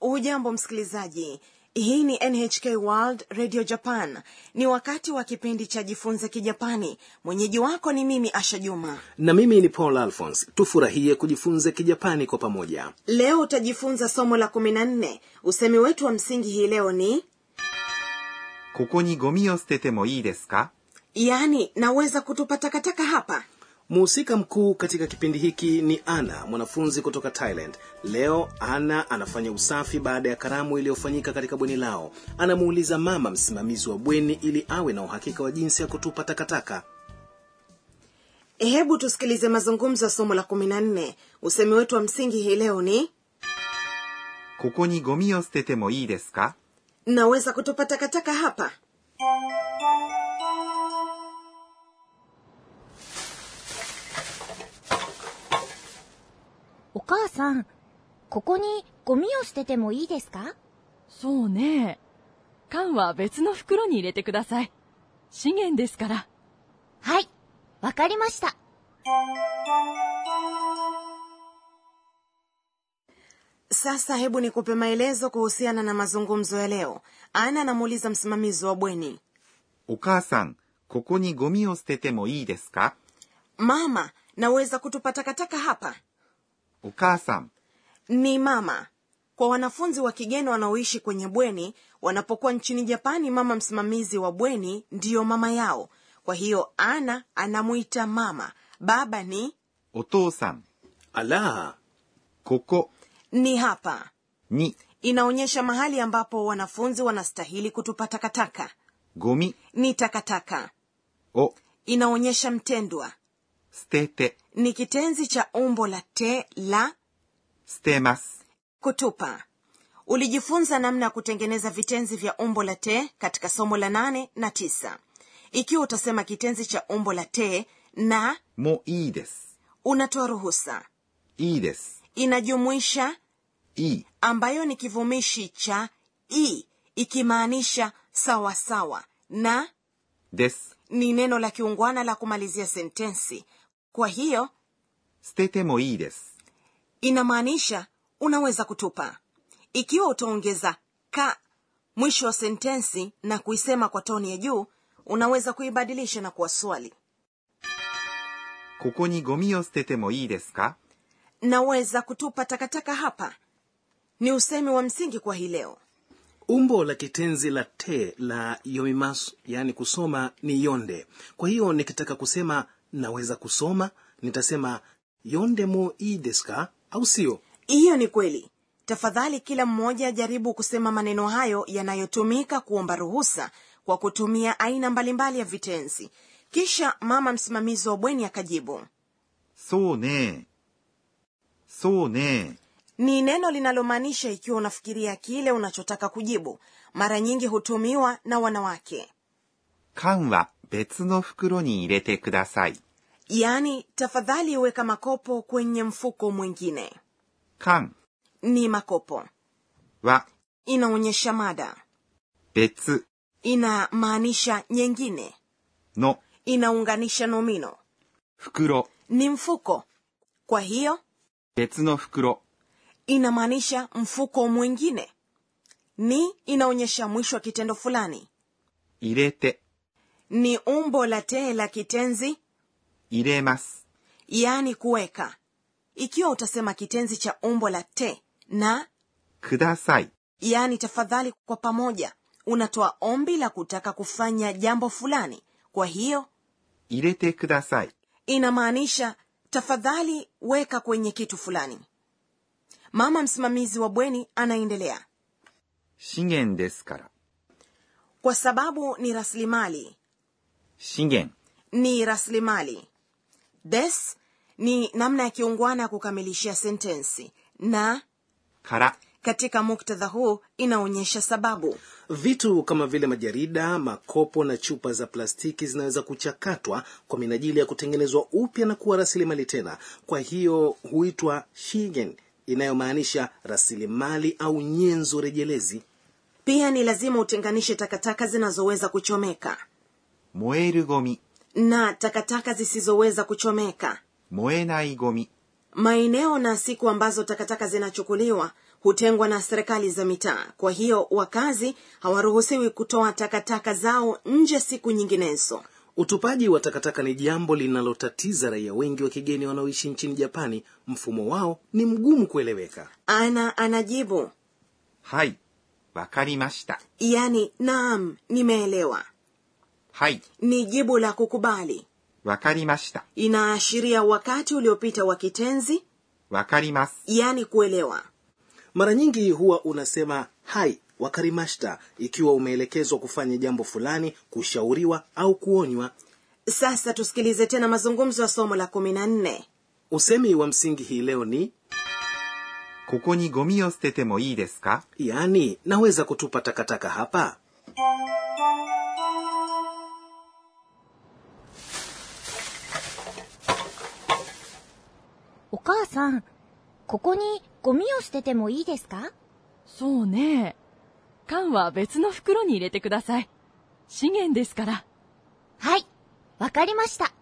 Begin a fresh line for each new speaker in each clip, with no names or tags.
hujambo msikilizaji hii ni nhk world radio japan ni wakati wa kipindi cha jifunze kijapani mwenyeji wako ni mimi asha juma
na mimi ni paul alphons tufurahie kujifunza kijapani kwa pamoja
leo utajifunza somo la kumi na nne usemi wetu wa msingi hii leo ni
ここにゴミを捨ててもいいですか
yaani naweza kutupa takataka hapa
muhusika mkuu katika kipindi hiki ni ana mwanafunzi kutoka thailand leo ana anafanya usafi baada ya karamu iliyofanyika katika bweni lao anamuuliza mama msimamizi wa bweni ili awe na uhakika wa jinsi ya kutupa takataka
hebu tusikilize mazungumzo ya somo la kumi na nne usemi wetu wa msingi hii leo ni
ここにゴミを捨ててもいいですか
naweza kutupa takataka hapa
お母さん、ここにゴミを捨ててもいいですか
そうね。缶は別の袋に入れてください。資源ですから。
はい、わかりました。
sasa hebu nikupe maelezo kuhusiana na mazungumzo ya leo ana anamuuliza msimamizi wa bweni
お母さん、ここにゴミを捨ててもいいですか
mama naweza kutupa takataka hapa
お母さん、
ni mama kwa wanafunzi wa kigeni wanaoishi kwenye bweni wanapokuwa nchini japani mama msimamizi wa bweni ndiyo mama yao kwa hiyo ana anamwita mama baba ni
お父さん、
ala
ここ
ni hapa
に
inaonyesha mahali ambapo wanafunzi wanastahili kutupa takataka
ゴミ
ni takataka
を
inaonyesha mtendwa
捨てて、
ni kitenzi cha umbo la te la
捨てます。
kutupa ulijifunza namna ya kutengeneza vitenzi vya umbo la te katika somo la nane na tisa ikiwa utasema kitenzi cha umbo la te na
もういいです。
unatoa ruhusa
いいです。
inajumuisha
いい。
ambayo ni kivumishi cha i ikimaanisha sawasawa na
です。
ni neno la kiungwana la kumalizia sentensi kwa hiyo
捨ててもいいです。
inamaanisha unaweza kutupa ikiwa utaongeza ka mwisho wa sentensi na kuisema kwa toni ya juu unaweza kuibadilisha na kuwa swali
ここにゴミを捨ててもいいですか
naweza kutupa takataka hapa ni usemi wa msingi kwa hii leo
umbo la kitenzi la te la yomimasu yaani kusoma ni yonde kwa hiyo nikitaka kusema naweza kusoma nitasema yonde mo ii desu ka au sio
hiyo ni kweli tafadhali kila mmoja ajaribu kusema maneno hayo yanayotumika kuomba ruhusa kwa kutumia aina mbalimbali ya vitenzi kisha mama msimamizi wa bweni akajibu
そうねえ。そうねえ。
ni neno linalomaanisha ikiwa unafikiria kile unachotaka kujibu mara nyingi hutumiwa na wanawake
缶は別の袋に入れてください。
yaani tafadhali weka makopo kwenye mfuko mwingine
缶
ni makopo
は
inaonyesha mada
別
inamaanisha nyingine
の
inaunganisha nomino
袋、
ni mfuko kwa hiyo
別の袋
inamaanisha mfuko mwingine ni inaonyesha mwisho wa kitendo fulani
入れて、
ni umbo la tee la kitenzi
入れます。
yaani kuweka ikiwa utasema kitenzi cha umbo la te na
ください。
yaani tafadhali kwa pamoja unatoa ombi la kutaka kufanya jambo fulani kwa hiyo
入れてください。
inamaanisha tafadhali weka kwenye kitu fulani mama msimamizi wa bweni anaendelea
資源ですから。
kwa sababu ni rasilimali
資源、
ni rasilimali des ni namna ya kiungwana ya kukamilishia sentensi na
から、
katika muktadha huu inaonyesha sababu
vitu kama vile majarida makopo na chupa za plastiki zinaweza kuchakatwa kwa minajili ya kutengenezwa upya na kuwa rasilimali tena kwa hiyo huitwa shigen inayomaanisha rasilimali au nyenzo rejelezi
pia ni lazima utenganishe takataka zinazoweza kuchomeka
燃えるゴミ、
na takataka zisizoweza kuchomeka
燃えないゴミ、
maeneo na siku ambazo takataka zinachukuliwa hutengwa na serikali za mitaa kwa hiyo wakazi hawaruhusiwi kutoa takataka zao nje siku nyinginezo
utupaji wa takataka ni jambo linalotatiza raia wengi wa kigeni wanaoishi nchini japani mfumo wao ni mgumu kueleweka
ana anajibu
はい。わかりました。
yani "Yaani, naam nimeelewa
はい。
ni jibu la kukubali
わかりました。
inaashiria wakati uliopita wa kitenzi
わかります。
yani kuelewa
mara nyingi huwa unasema hai wakarimashita ikiwa umeelekezwa kufanya jambo fulani kushauriwa au kuonywa
sasa tusikilize tena mazungumzo ya somo la kumi na nne
usemi wa msingi hii leo ni
ここにゴミを捨ててもいいですか
yaani naweza kutupa takataka hapa
お母さん、ここにゴミを捨ててもいいですか
そうね。缶は別の袋に入れてください。資源ですから。
はい、わかりました。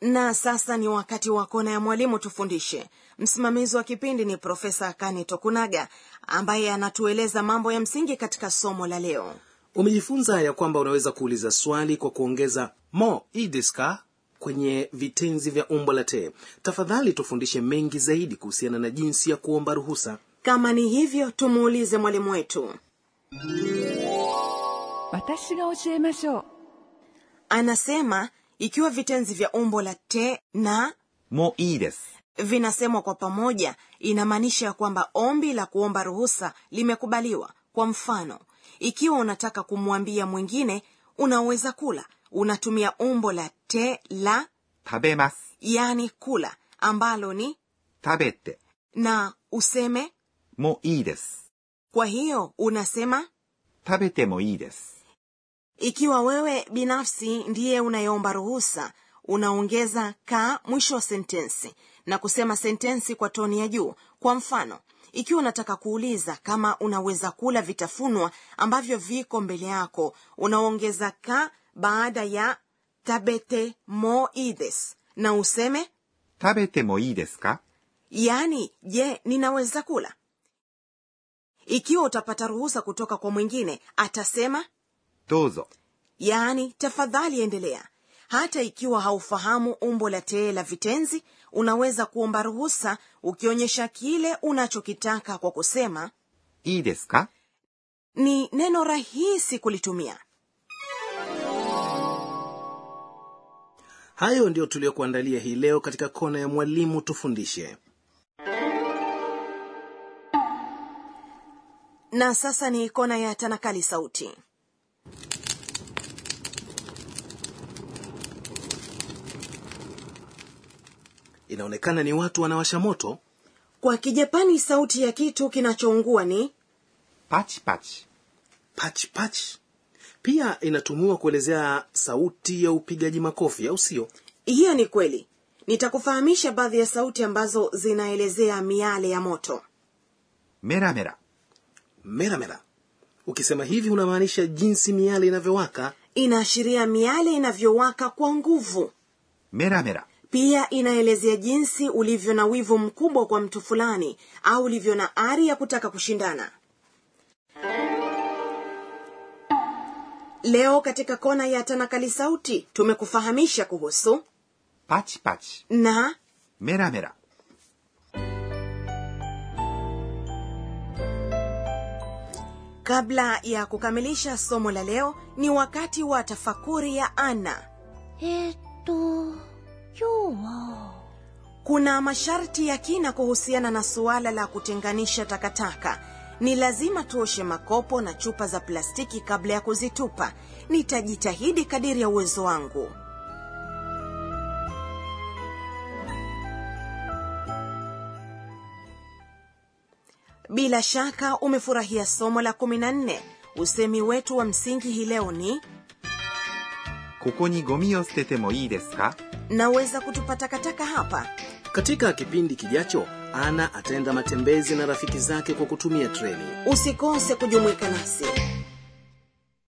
na sasa ni wakati wa kona ya mwalimu tufundishe msimamizi wa kipindi ni profesa kani tokunaga ambaye anatueleza mambo ya msingi katika somo la leo
umejifunza ya kwamba unaweza kuuliza swali kwa kuongeza mo idiska kwenye vitenzi vya umbo la te tafadhali tufundishe mengi zaidi kuhusiana na jinsi ya kuomba ruhusa
kama ni hivyo tumuulize mwalimu wetu
私が教えましょう。
anasema ikiwa vitenzi vya umbo la te na
もういいです。
vinasemwa kwa pamoja inamaanisha ya kwamba ombi la kuomba ruhusa limekubaliwa kwa mfano ikiwa unataka kumwambia mwingine unaweza kula unatumia umbo la te la
食べます。
yani kula ambalo ni
食べて。
na useme
もういいです。
kwa hiyo unasema
食べてもいいです。
ikiwa wewe binafsi ndiye unayeomba ruhusa unaongeza ka mwisho wa sentensi na kusema sentensi kwa toni ya juu kwa mfano ikiwa unataka kuuliza kama unaweza kula vitafunwa ambavyo viko mbele yako unaongeza ka baada ya tabete moides na useme
食べてもいいですか
yaani je ninaweza kula ikiwa utapata ruhusa kutoka kwa mwingine atasema
どうぞ。
yaani tafadhali endelea hata ikiwa haufahamu umbo la tee la vitenzi unaweza kuomba ruhusa ukionyesha kile unachokitaka kwa kusema
いいですか
ni neno rahisi kulitumia
hayo ndiyo tuliyokuandalia hii leo katika kona ya mwalimu tufundishe
na sasa ni kona ya tanakali sauti
inaonekana ni watu wanawasha moto
kwa kijapani sauti ya kitu kinachoungua ni
パチパチ。
pach pach pia inatumiwa kuelezea sauti ya upigaji makofi au sio
hiyo ni kweli nitakufahamisha baadhi ya sauti ambazo zinaelezea miale ya moto
メラメラ。
meramera ukisema hivi unamaanisha jinsi miale inavyowaka
inaashiria miale inavyowaka kwa nguvu
メラメラ。
pia inaelezea jinsi ulivyo na wivu mkubwa kwa mtu fulani au ulivyo na ari ya kutaka kushindana leo katika kona ya tanakali sauti tumekufahamisha kuhusu
パチパチ。
na
メラメラ。
kabla ya kukamilisha somo la leo ni wakati wa tafakuri ya ana
えー、っと、今日は、
kuna masharti ya kina kuhusiana na suala la kutenganisha takataka ni lazima tuoshe makopo na chupa za plastiki kabla ya kuzitupa nitajitahidi kadiri ya uwezo wangu bila shaka umefurahia somo la 14 usemi wetu wa msingi hii leo ni
ここにゴミを捨ててもいいですか
naweza kutupa takataka hapa
katika kipindi kijacho ana ataenda matembezi na rafiki zake kwa kutumia treni
usikose kujumuika nasi